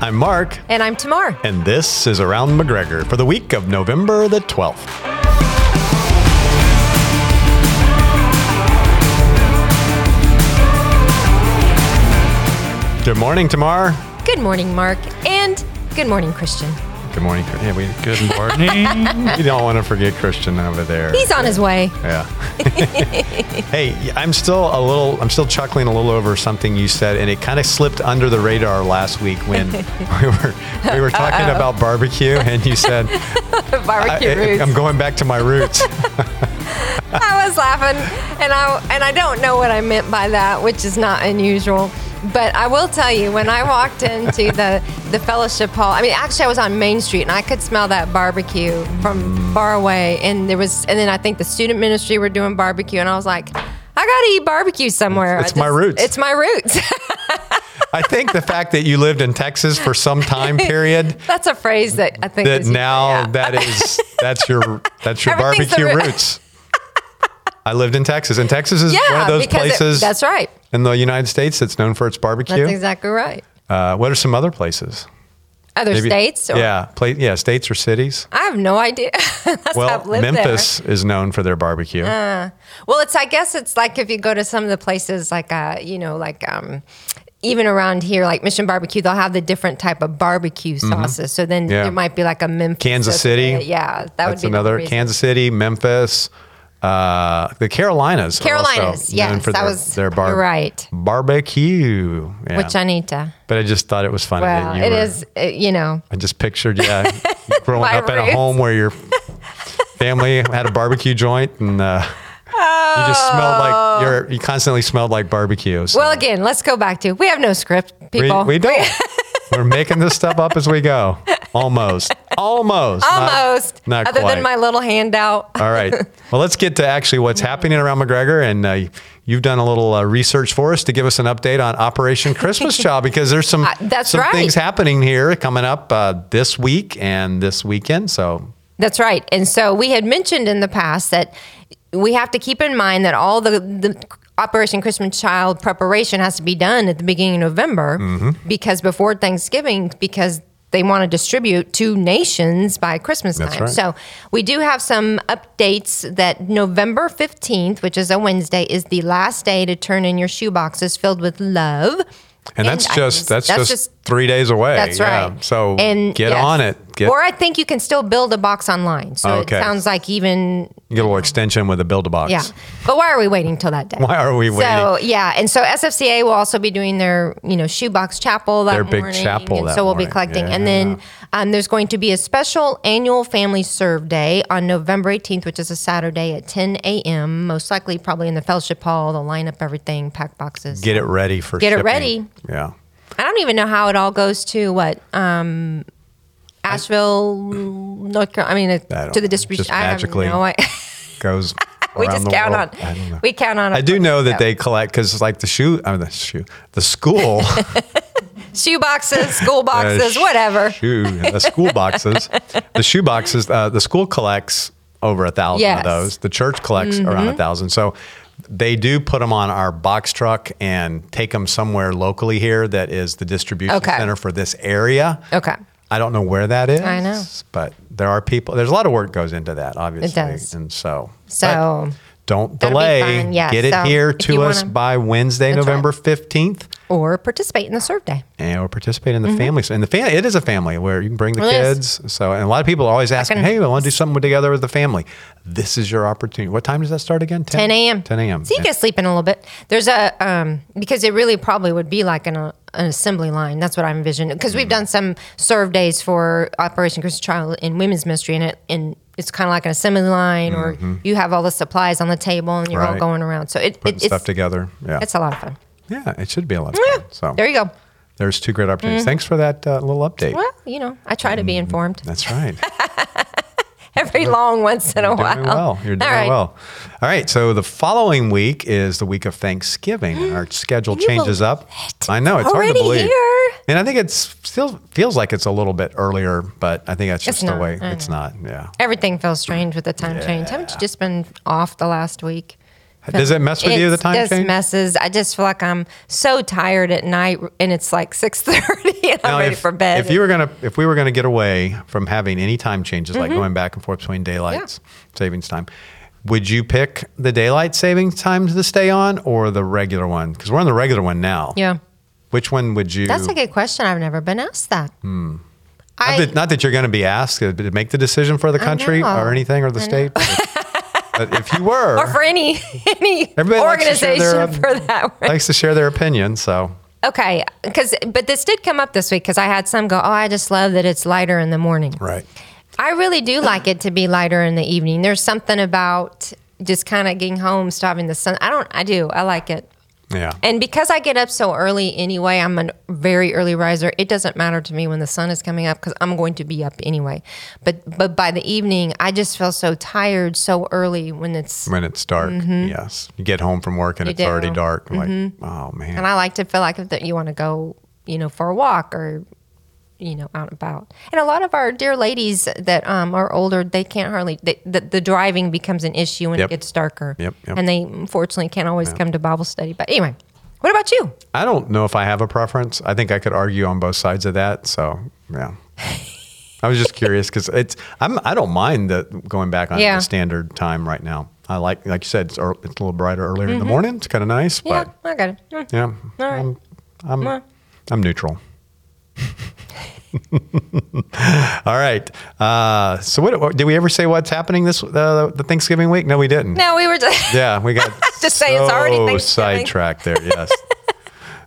I'm Mark, And I'm Tamar. and this is Around McGregor for the week of November the 12th. Good morning, Tamar. Good morning, Mark. And good morning, Christian. Good morning. Chris. Yeah, we, Good morning. we don't want to forget Christian over there. He's on his way. Yeah. hey, I'm still a little, I'm still chuckling a little over something you said, and it kind of slipped under the radar last week when we were we were talking about barbecue, and you said, Barbecue I, roots. "I'm going back to my roots." I was laughing, and I and I don't know what I meant by that, which is not unusual. But I will tell you, when I walked into the the fellowship hall, I mean, actually, I was on Main Street, and I could smell that barbecue from far away. And there was, and then I think the student ministry were doing barbecue, and I was like, I gotta eat barbecue somewhere. It's- it's I my roots. It's my roots. I think the fact that you lived in Texas for some time period That's a phrase that I think that is- now yeah. that is that's your that's your Everything's the barbecue root. roots. I lived in Texas, and Texas is yeah, one of those because it- places that's right. in the United States that's known for its barbecue. That's exactly right. uh, what are some other places? Other Maybe- states? Or, yeah, pla yeah, states or cities. I have no idea. Unless Well, I've lived Ah, Memphis is known for their barbecue. there. Well, it's I guess it's like if you go to some of the places like uh, you know, like um even around here, like Mission Barbecue, they'll have the different type of barbecue sauces. So then Mm-hmm. Yeah. there might be like a Memphis, Kansas City. Yeah, that would That's be another Kansas City, Memphis, uh, the Carolinas. are also Carolinas, known yes, for that their, was- their bar- you're right. barbecue. Yeah. Which I need to. but I just thought it was funny. that Well, you it were- is, uh, you know, I just pictured, yeah, you growing My up in a roots. home where your family had a barbecue joint and uh, you just smelled like you're, you constantly smelled like barbecue. So Oh. well, again, let's go back to we have no script, we, people. we don't. We're making this stuff up as we go. Almost. Almost. not- Almost. Not, other quite. than my little handout. All right. Well, let's get to actually what's happening around McGregor. And uh, you've done a little uh, research for us to give us an update on Operation Christmas Child because there's some, that's some right. things happening here coming up uh, this week and this weekend. So, That's right. And so we had mentioned in the past that we have to keep in mind that all the, the Operation Christmas Child preparation has to be done at the beginning of November Mm-hmm. because before Thanksgiving, because they want to distribute to nations by Christmas That's time. right. So we do have some updates that November 15th, which is a Wednesday, is the last day to turn in your shoeboxes filled with love. and, that's I- just that's, just, three days away. that's Yeah. right. So And get yes. on it. Get, or I think you can still build a box online. So Okay. it sounds like even get a little extension with a build a box. yeah. But why are we waiting till that day? Why are we waiting? So yeah, and so SFCA will also be doing their you know shoebox chapel that Their big morning, chapel and that so we'll morning. be collecting, and then um, there's going to be a special annual family serve day on November 18th, which is a Saturday at 10 a.m. Most likely, probably in the fellowship hall. They'll line up everything, pack boxes. Get it ready for Get it shipping. ready. Yeah. I don't even know how it all goes to what um, Asheville, North Carolina. I mean, I uh, don't to know. the distribution. Just I have magically no idea. Goes. we around just the count world. on. I don't know. We count on. I do know that they collect because, like the shoe, I mean, the shoe, the school shoe boxes, school uh, boxes, sh- whatever. Shoe, the school boxes, the shoe boxes. Uh, the school collects over a thousand of Yes. Mm-hmm. those. The church collects around a thousand. So they do put them on our box truck and take them somewhere locally here that is the distribution Okay. center for this area. Okay. I don't know where that is. I know. but there are people. There's a lot of work goes into that, obviously. does. And so, but So- don't That'll be delay. fun, yeah. Get it So here if to you us wanna- by Wednesday, That's right. November fifteenth Or participate in the serve day. and or participate in the family. And the family, it is a family where you can bring the Mm-hmm. It is. kids. So, and a lot of people are always asking, can- "Hey, I want to do something together with the family." This is your opportunity. What time does that start again? 10 a.m. 10 a.m. So you can sleep in a little bit. There's a um, because it really probably would be like an, uh, an assembly line. That's what I envisioned. Because we've done some serve days for Operation Christmas Child in women's ministry, and it and it's kind of like an assembly line, or you have all the supplies on the table, and you're all Mm-hmm. Right. going around. So it, Putting it stuff it's, together. Yeah, Oh. it's a lot of fun. yeah, it should be a lot of fun. So There Mm-hmm. you go. there's two great opportunities. Thanks for that uh, little update. Well, you know, I try to be informed Mm-hmm. That's right. every long once in a You're while. doing well. You're doing All right. well. All right. So the following week is the week of Thanksgiving. Our schedule You changes will- up. I know it's hard to already believe. here. And I think it's still feels like it's a little bit earlier, but I think that's just the not. way I it's not. Yeah. Everything feels strange with the time change. Haven't you just been off the last week? Does it mess with you the time just change? messes. I just feel like I'm so tired at night, and it's like six thirty, and I'm Now, ready if, for bed. If you were gonna, if we were gonna get away from having any time changes, Mm-hmm. like going back and forth between daylight savings time, would you pick the daylight savings time to stay on or the regular one? Because we're on the regular one now. yeah, Which one would you? that's a good question. I've never been asked that. Hmm. I, not, that, not that you're going to be asked to to make the decision for the country know. or anything or the state. but if you were, or for any any Everybody likes to share organization their, um, for that. One. likes to share their opinion, so Okay, because but this did come up this week because I had some go. Oh, I just love that it's lighter in the morning. right. I really do like it to be lighter in the evening. There's something about just kind of getting home, stopping the sun. I don't. I do. I like it. Yeah. And because I get up so early anyway, I'm a very early riser. It doesn't matter to me when the sun is coming up because I'm going to be up anyway. But but by the evening, I just feel so tired so early when it's. when it's dark, yes, you get home from work and it's Mm-hmm. do. Mm-hmm. already dark. Like, oh man. And I like to feel like that you want to go, you know, for a walk or, you know, out and about. And a lot of our dear ladies that um, are older, they can't hardly. They, the, the driving becomes an issue when Yep. it gets darker. Yep, yep. And they unfortunately can't always come to Bible study. But anyway, what about you? I don't know if I have a preference. I think I could argue on both sides of that. So yeah, I was just curious because it's I'm I don't mind the going back on Yeah. the standard time right now. I like like you said it's, ear it's a little brighter earlier in the morning. It's kind of nice, Mm-hmm. Yeah, but I got it. Mm. yeah, All right. I'm I'm, right. I'm neutral. All right. Uh, so what, what- did we ever say what's happening this uh, the Thanksgiving week? No, we didn't. No, we were just. Yeah, we got Just say it's already so Thanksgiving. sidetracked there. Yes,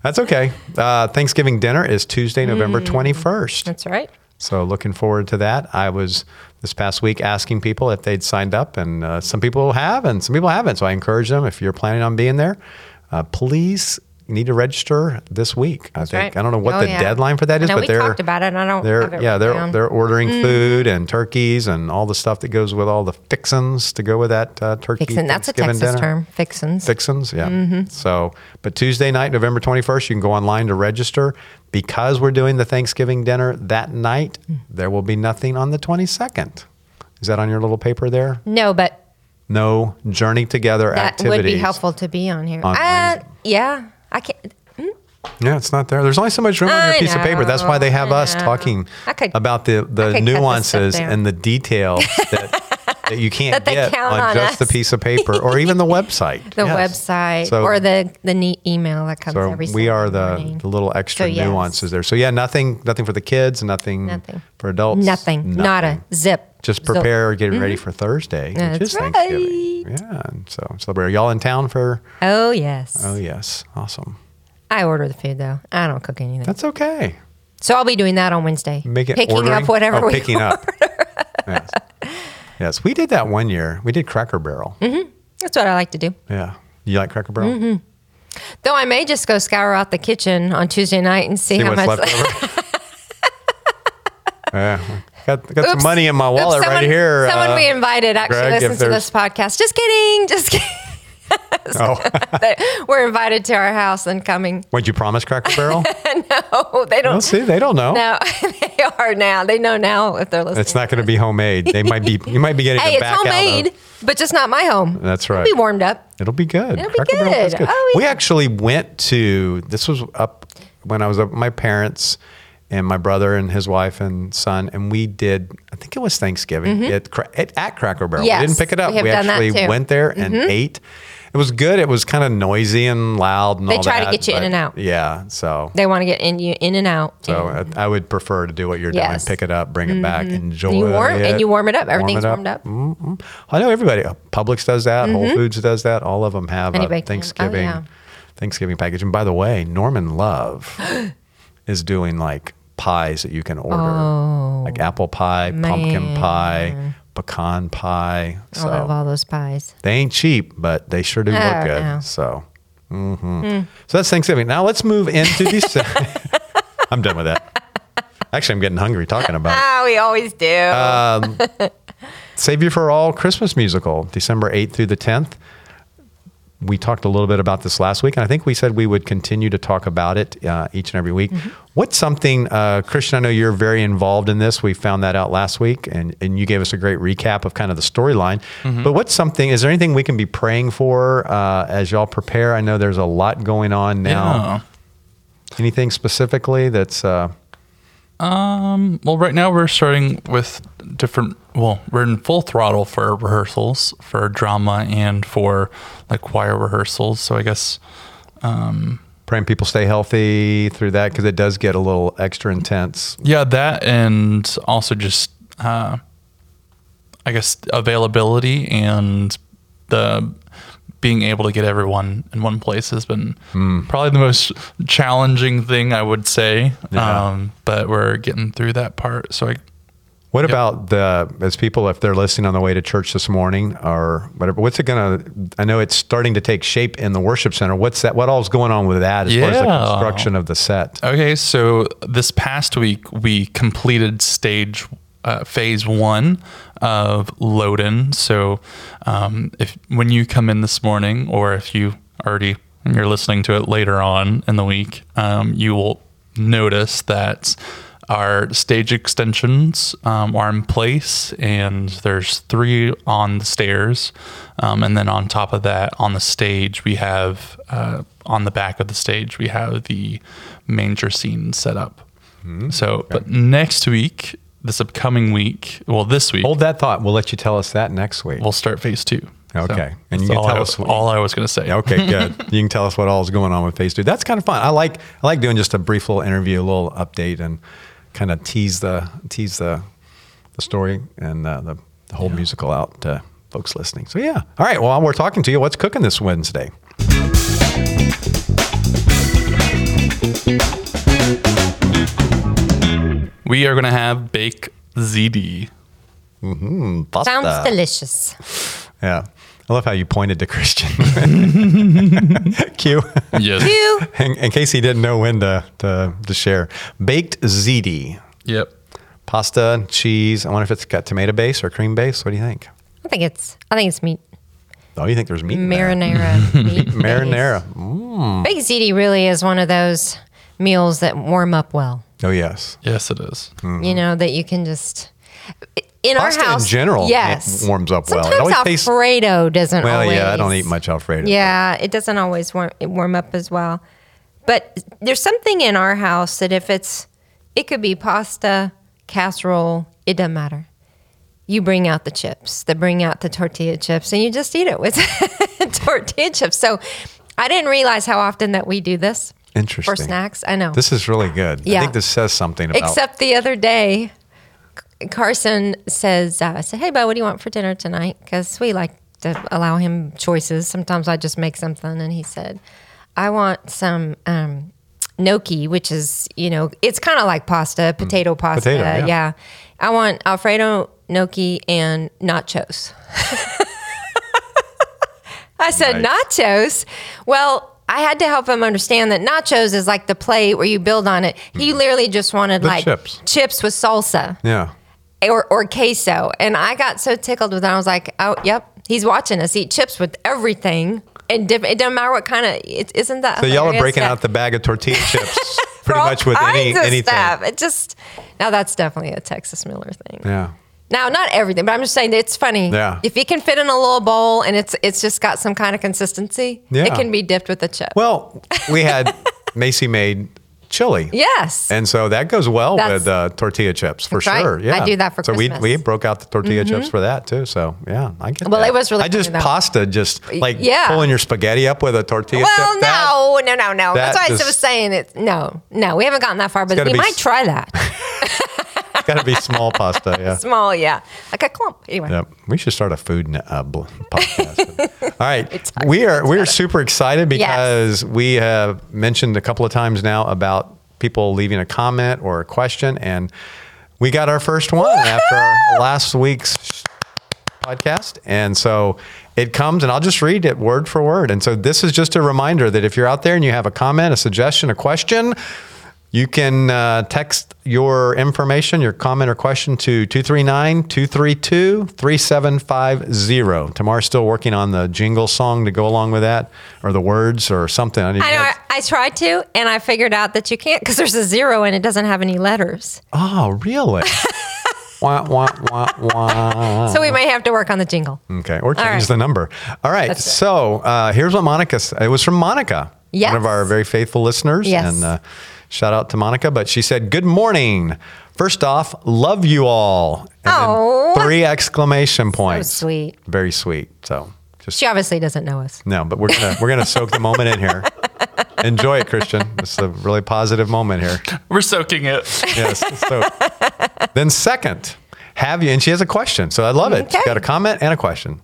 that's okay. Uh, Thanksgiving dinner is Tuesday, November Hmm. twenty first. That's right. So looking forward to that. I was this past week asking people if they'd signed up, and uh, some people have, and some people haven't. So I encourage them if you're planning on being there, uh, please need to register this week. I think right. I don't know what Oh, the yeah. deadline for that is, No, but we they're talked about it. And I don't. have they're it Mm. yeah written they're down. they're ordering food and turkeys and all the stuff that goes with all the fixins to go with that uh, turkey. Fixin', that's a Thanksgiving Texas dinner. term. Fixins. Fixins, yeah. Mm-hmm. So, but Tuesday night, November 21st, you can go online to register. Because we're doing the Thanksgiving dinner that night, Mm. there will be nothing on the 22nd. Is that on your little paper there? No, but No journey together that activities. would be helpful to be on here. On uh, yeah, I can't. Yeah, it's not there. There's only so much room on I your piece of paper. That's why they have know, I us know. talking I could- about the, I could cut this the stuff nuances down. and the details that, that you can't That they get count on, on just us. the piece of paper or even the website. The Yes. website So- or the the neat email that comes So every. we Sunday are the, morning. the little extra So, yes. nuances there. So yeah, nothing nothing for the kids, nothing, Nothing. for adults. nothing, not a zip. Just Zip. prepare, get ready for Thursday, That's which is Thanksgiving. Yeah, and so celebrate. Are y'all in town for? Oh yes, Oh yes, awesome. I order the food though. I don't cook anything, That's okay. so I'll be doing that on Wednesday. Make it picking ordering- up whatever oh, we picking up. yes. yes, we did that one year. We did Cracker Barrel. Mm-hmm. That's what I like to do. Yeah, you like Cracker Barrel? Mm-hmm. Though I may just go scour out the kitchen on Tuesday night and see, See how what's much. left over. Yeah, got, got some Oops. money in my Oops, wallet someone, right here. Someone uh, we invited actually Greg, if listens to this podcast. Just kidding. Just kidding. oh. They- We're invited to our house and coming. What'd you promise, Cracker Barrel? Oh, they Well, don't see, they don't know. know. they are now. They know now if they're listening. It's not going to be homemade. They might be. You might be getting hey, it it's back homemade, out. Of, but just not my home. that's It'll right. be warmed up. It'll be good. It'll be Barrel is good. Oh, We yeah. actually went to. This was up when I was up with my parents and my brother and his wife and son, and we did. I think it was Thanksgiving at Cra at, at Cracker Barrel. Mm-hmm. Yes, we didn't pick it up. we have We, done that actually too. Mm-hmm. went there and ate. It was good. It was kind of noisy and loud and They all try to that, get you in but and out. Yeah. So They want to get in you in and out. So uh, I, I would prefer to do what you're Yes. doing: pick it up, bring it back, enjoy and you warm it, and you warm it up. warm Everything's it Mm-hmm. warmed up. Mm-hmm. I know everybody. uh, Publix does that. Whole Foods does that. All of them have Anybody a can. Oh, Thanksgiving yeah. Thanksgiving package. And by the way, Norman Love is doing like pies that you can order, Oh. like apple pie, pumpkin pie, pecan pie. Oh, I love So all those pies. they ain't cheap, but they sure do Oh, look good. no. So, mhm. so that's Thanksgiving. Now let's move into December. I'm done with that. Actually, I'm getting hungry talking about it. Ah, we always do. Uh, Save You for All Christmas musical, December 8th through the 10th. we talked a little bit about this last week, and I think we said we would continue to talk about it uh, each and every week. What's something, uh, Christian? I know you're very involved in this. We found that out last week, and, and you gave us a great recap of kind of the storyline. But what's something? Is there anything we can be praying for uh, as y'all prepare? I know there's a lot going on now. Yeah. Anything specifically that's uh, Um, well, right now we're starting with different. Well, we're in full throttle for rehearsals for drama and for like choir rehearsals. So I guess praying people stay healthy through that because it does get a little extra intense. yeah, that and also just uh, I guess availability and the being able to get everyone in one place has been probably the most challenging thing I would say. Yeah. Um, but we're getting through that part. So I What about the as people if they're listening on the way to church this morning or whatever? What's it gonna? I know it's starting to take shape in the worship center. What's that? What all's going on with that as far as the Yeah. construction of the set? Okay, so this past week we completed stage uh, phase one of Loden. So um, if when you come in this morning, or if you already and you're listening to it later on in the week, um, you will notice that our stage extensions um, are in place, and there's three on the stairs, um, and then on top of that, on the stage we have uh, on the back of the stage we have the manger scene set up. Hmm. so, but next week, this upcoming week, well, this week Hold that thought. We'll let you tell us that next week. we'll start phase two. Okay. And and you you can all, tell I, us what- all I was going to say. Okay, good. you can tell us what all is going on with Phase Two. That's kind of fun. I like I like doing just a brief little interview, a little update, and kind of tease the tease the the story and uh, the, the whole musical out to folks listening. So yeah. All right. Well, we're talking to you. What's cooking this Wednesday? We are going to have bake ZD. Pasta. Sounds delicious. Yeah. I love how you pointed to Christian. Q. Yes. You In, in case he didn't know when to, to, to share. Baked ziti. yep. Pasta, cheese. I wonder if it's got tomato base or cream base. What do you think? I think it's I think it's meat. Oh, you think there's meat? in there? Marinara. meat Marinara. base. Baked ziti really is one of those meals that warm up well. Oh, yes. Yes, it is. Hmm. You know, that you can just in Mm-hmm. Pasta our in house general, Yes. it warms up well. It Sometimes always tastes- Alfredo doesn't Well, always yeah, I don't eat much Alfredo. Yeah, it doesn't always warm it warm up as well. But there's something in our house that if it's it could be pasta, casserole, it doesn't matter. You bring out the chips, they bring out the tortilla chips, and you just eat it with tortilla chips. So I didn't realize how often that we do this Interesting. for snacks. I know. This is really good. I Yeah. think this says something about. Except the other day, C- Carson says, uh, I said, Hey, bud, what do you want for dinner tonight? Because we like to allow him choices. Sometimes I just make something. And he said, I want some um, gnocchi, which is, you know, it's kind of like pasta, potato pasta. Mm. Potato, yeah. yeah. I want Alfredo gnocchi and nachos. I said, Nachos? Well, I had to help him understand that nachos is like the plate where you build on it. He literally just wanted like Mm. chips. chips with salsa yeah. or, or queso. And I got so tickled with it. I was like, oh, yep, he's watching us eat chips with everything. And diff- it doesn't matter what kind of, it, isn't that? So y'all are hilarious? breaking Yeah. out the bag of tortilla chips For pretty all much with any kinds of anything. stuff. It just, now that's definitely a Texas Miller thing. Yeah. Now, not everything, but I'm just saying that it's funny. Yeah. If it can fit in a little bowl and it's it's just got some kind of consistency, Yeah. it can be dipped with a chip. Well, we had Macy made chili. yes. And so that goes well That's- with uh, tortilla chips for That's right. sure. Yeah, I do that for so Christmas. Mm-hmm. we we broke out the tortilla chips for that too. So yeah, I get. Well, that. it was really I just funny, though. pasta, just like Yeah. pulling your spaghetti up with a tortilla. well, chip, that- no, no, no, no. that That's why I just- was saying it. No, no, we haven't gotten that far, but gotta we be might s- try that. It's got to be small pasta. Yeah. Small, yeah, like a clump. Anyway, Yep. We should start a food ne- uh, bl- podcast. All right. talked We are we are super excited because we have mentioned a couple of times now about people leaving a comment or a question, and we got our first one after our last week's podcast. And so it comes, and I'll just read it word for word. And so this is just a reminder that if you're out there and you have a comment, a suggestion, a question, You can uh, text your information, your comment or question to 239 232 3750. Tamar's still working on the jingle song to go along with that, or the words or something. I, need I know. I, to- I tried to, and I figured out that you can't because there's a zero and it doesn't have any letters. Oh, really? wah, wah, wah, wah. So we might have to work on the jingle. Okay, or change right. the number. All right, That's it. so uh, here's what Monica said. It was from Monica, Yes. one of our very faithful listeners. Yes. And uh, shout out to Monica, but she said, Good morning. First off, love you all. And then Oh. Three exclamation points. sweet. Very sweet. So just, She obviously doesn't know us. no, but we're going to we're gonna soak the moment in here. Enjoy it, Christian. This is a really positive moment here. We're soaking it. Yes. So then second, have you and she has a question. So I love it. She's Okay. got a comment and a question.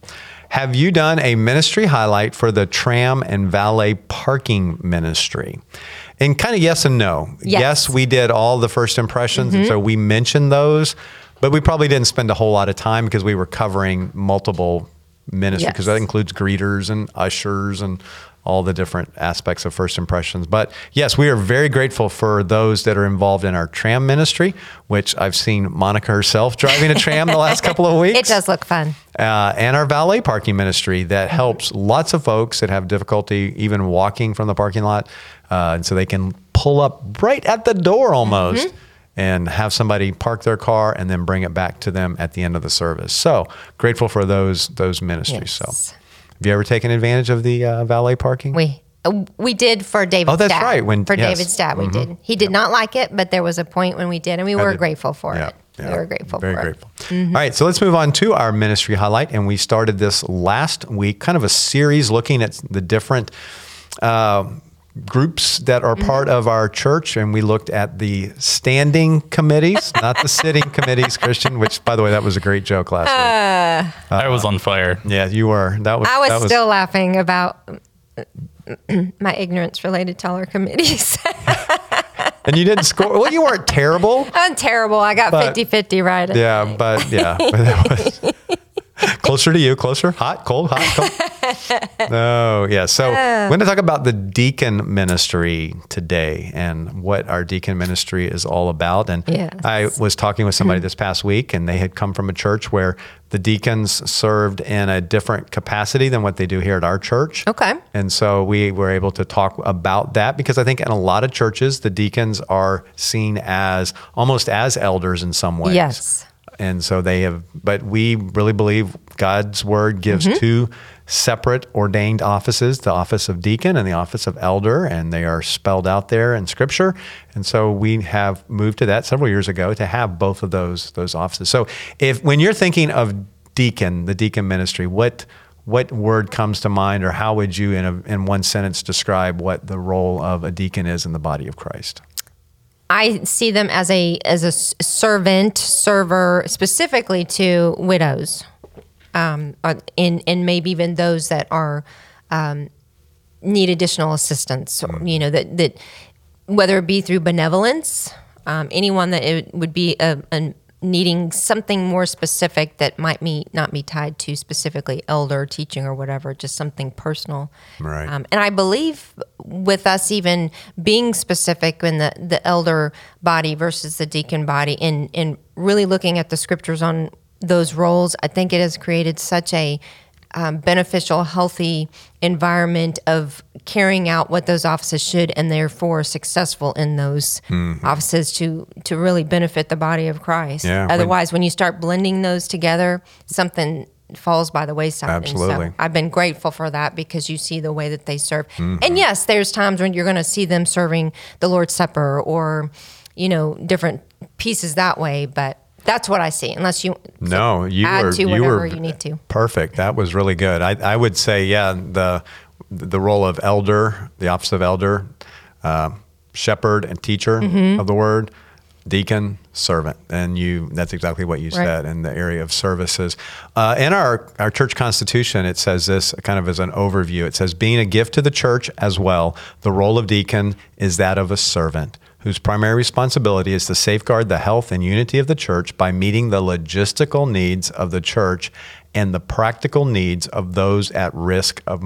Have you done a ministry highlight for the tram and valet parking ministry? And kind of yes and no. Yes. Mm-hmm. we did all the first impressions, and so we mentioned those, but we probably didn't spend a whole lot of time because we were covering multiple ministries because Yes. that includes greeters and ushers and all the different aspects of first impressions. But yes, we are very grateful for those that are involved in our tram ministry, which I've seen Monica herself driving a tram the last couple of weeks It does look fun. uh, and our valet parking ministry that helps lots of folks that have difficulty even walking from the parking lot. Uh, and so they can pull up right at the door almost and have somebody park their car and then bring it back to them at the end of the service. So grateful for those those ministries. Yes. So have you ever taken advantage of the uh, valet parking? We uh, we did for David. Oh, that's Stat. right, when- for yes. Mm-hmm. David Stat, we did. He did not like it, but there was a point when we did, and we were did. grateful for Yeah, it. yeah. We were grateful. Very for grateful. It. Mm-hmm. All right, so let's move on to our ministry highlight, and we started this last week, kind of a series looking at the different uh, groups that Mm-hmm. are part of our church, and we looked at the standing committees, not the sitting committees, Christian. Which, by the way, that was a great joke last I was on fire. week. Yeah, you were. That was. Uh, I was, that still laughing about my ignorance related to all our committees. and you didn't score. Well, you weren't terrible. I'm terrible. I got But- 50 50 right. Yeah, but yeah, but that was closer to you, closer. Hot, cold, hot, cold. No, yeah. So Oh. we're going to talk about the deacon ministry today and what our deacon ministry is all about. And Yes. I was talking with somebody this past week, and they had come from a church where the deacons served in a different capacity than what they do here at our church. Okay. And so we were able to talk about that because I think in a lot of churches, the deacons are seen as almost as elders in some ways. Yes. And so they have, but we really believe God's word gives two separate ordained offices the office of deacon and the office of elder, and they are spelled out there in scripture. And so we have moved to that several years ago to have both of those those offices. So if when you're thinking of deacon, the deacon ministry, what what word comes to mind, or how would you, in, a, in one sentence, describe what the role of a deacon is in the body of Christ? I see them as a as a s- servant server specifically to widows, um, or- and and maybe even those that are um, need additional assistance. Or, you know that that whether it be through benevolence, um, anyone that it would be a, a needing something more specific that might be not be tied to specifically elder teaching or whatever, just something personal. Right. Um, and I believe with us even being specific in the, the elder body versus the deacon body and, and really looking at the scriptures on those roles, I think it has created such a um, beneficial, healthy environment of carrying out what those offices should and therefore successful in those offices to, to really benefit the body of Christ. Mm-hmm. Yeah, when- Otherwise, when you start blending those together, something falls by the wayside. And so Absolutely. I've been grateful for that because you see the way that they serve. Mm-hmm. And yes, there's times when you're going to see them serving the Lord's Supper or, you know, different pieces that way. But that's what I see, unless you No, you add were to you whatever were you need to. Perfect. That was really good. I, I would say yeah the the role of elder, the office of elder, uh, shepherd and teacher Mm-hmm. of the word, deacon, servant, and you that's exactly what you Right. said in the area of services. Uh, in our our church constitution, it says this kind of as an overview. It says being a gift to the church as well. The role of deacon is that of a servant whose primary responsibility is to safeguard the health and unity of the church by meeting the logistical needs of the church and the practical needs of those at risk of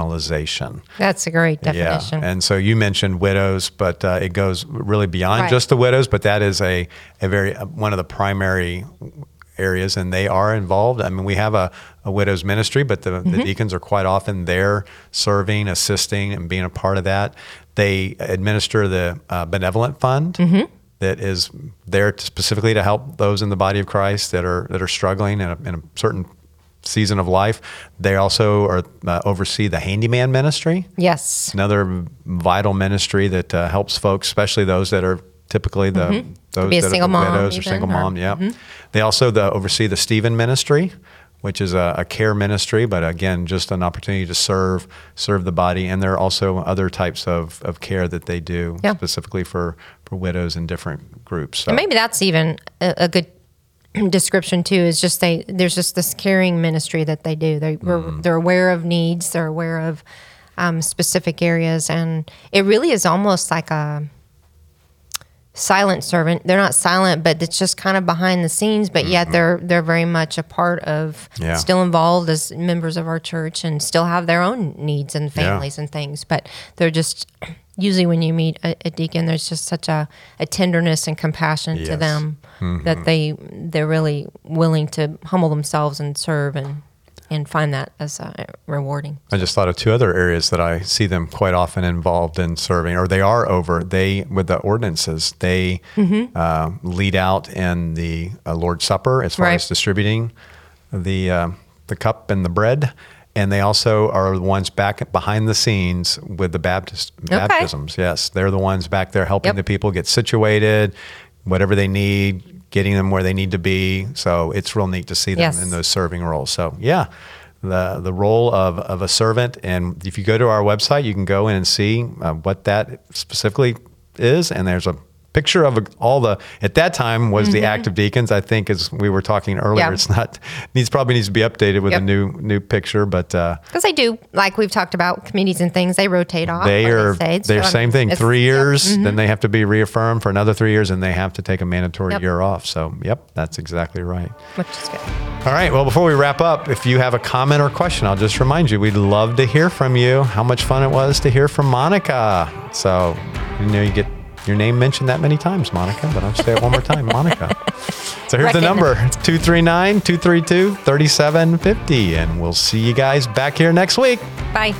marginalization. That's a great definition. Yeah. And so you mentioned widows, but uh, it goes really beyond Right. just the widows, but that is a, a very uh, one of the primary areas and they are involved. I mean, we have a, a widows ministry, but the, Mm-hmm. the deacons are quite often there serving, assisting, and being a part of that. They administer the uh, benevolent fund. Mm-hmm. that is there to specifically to help those in the body of Christ that are that are struggling in a, in a certain season of life. They also are uh, oversee the handyman ministry. It's Yes. another vital ministry that uh, helps folks, especially those that are typically the those Mm-hmm. be a that single are mom widows or even, single or- mom. Mm-hmm. Yeah, they also the, oversee the Stephen Ministry, which is a, a care ministry, but again, just an opportunity to serve serve the body. And there are also other types of, of care that they do Yeah. specifically for for widows and different groups. So, And maybe that's even a, a good description too. Is just they there's just this caring ministry that they do. They are they're aware of needs. They're aware of um, specific areas, and it really is almost like a silent servant. They're not silent, but it's just kind of behind the scenes. But yet they're they're very much a part of, Yeah. still involved as members of our church, and still have their own needs and families and things. But they're just usually when you meet a, a deacon, there's just such a, a tenderness and compassion to Yes. Mm-hmm. them that they they're really willing to humble themselves and serve and and find that as uh, rewarding. I just thought of two other areas that I see them quite often involved in serving, or they are over. They with the ordinances, they Mm-hmm. uh, lead out in the uh, Lord's Supper as far Right. as distributing the uh, the cup and the bread, and they also are the ones back behind the scenes with the Baptist baptisms. Yes, they're the ones back there helping Yep. the people get situated, whatever they need, getting them where they need to be. So it's real neat to see them Yes. in those serving roles. So yeah, the the role of, of a servant. And if you go to our website, you can go in and see uh, what that specifically is. And there's a picture of all the at that time was the active deacons. I think as we were talking earlier, Mm-hmm. Yeah. it's not needs probably needs to be updated with Yep. a new new picture, but. Uh, Because they do, like we've talked about, committees and things. They rotate off. they Oh, like I are said, so they're I'm- same thing it's- Mm-hmm. three yeah. years then they have to be reaffirmed for another three years and they have to take a mandatory Yep. year off so yep that's exactly right which is good. all right well before we wrap up if you have a comment or question i'll just remind you we'd love to hear from you how much fun it was to hear from monica so you know you get your name mentioned that many times monica but i'll say it one more time monica so here's the Right. number 239-232-3750 and we'll see you guys back here next week Bye.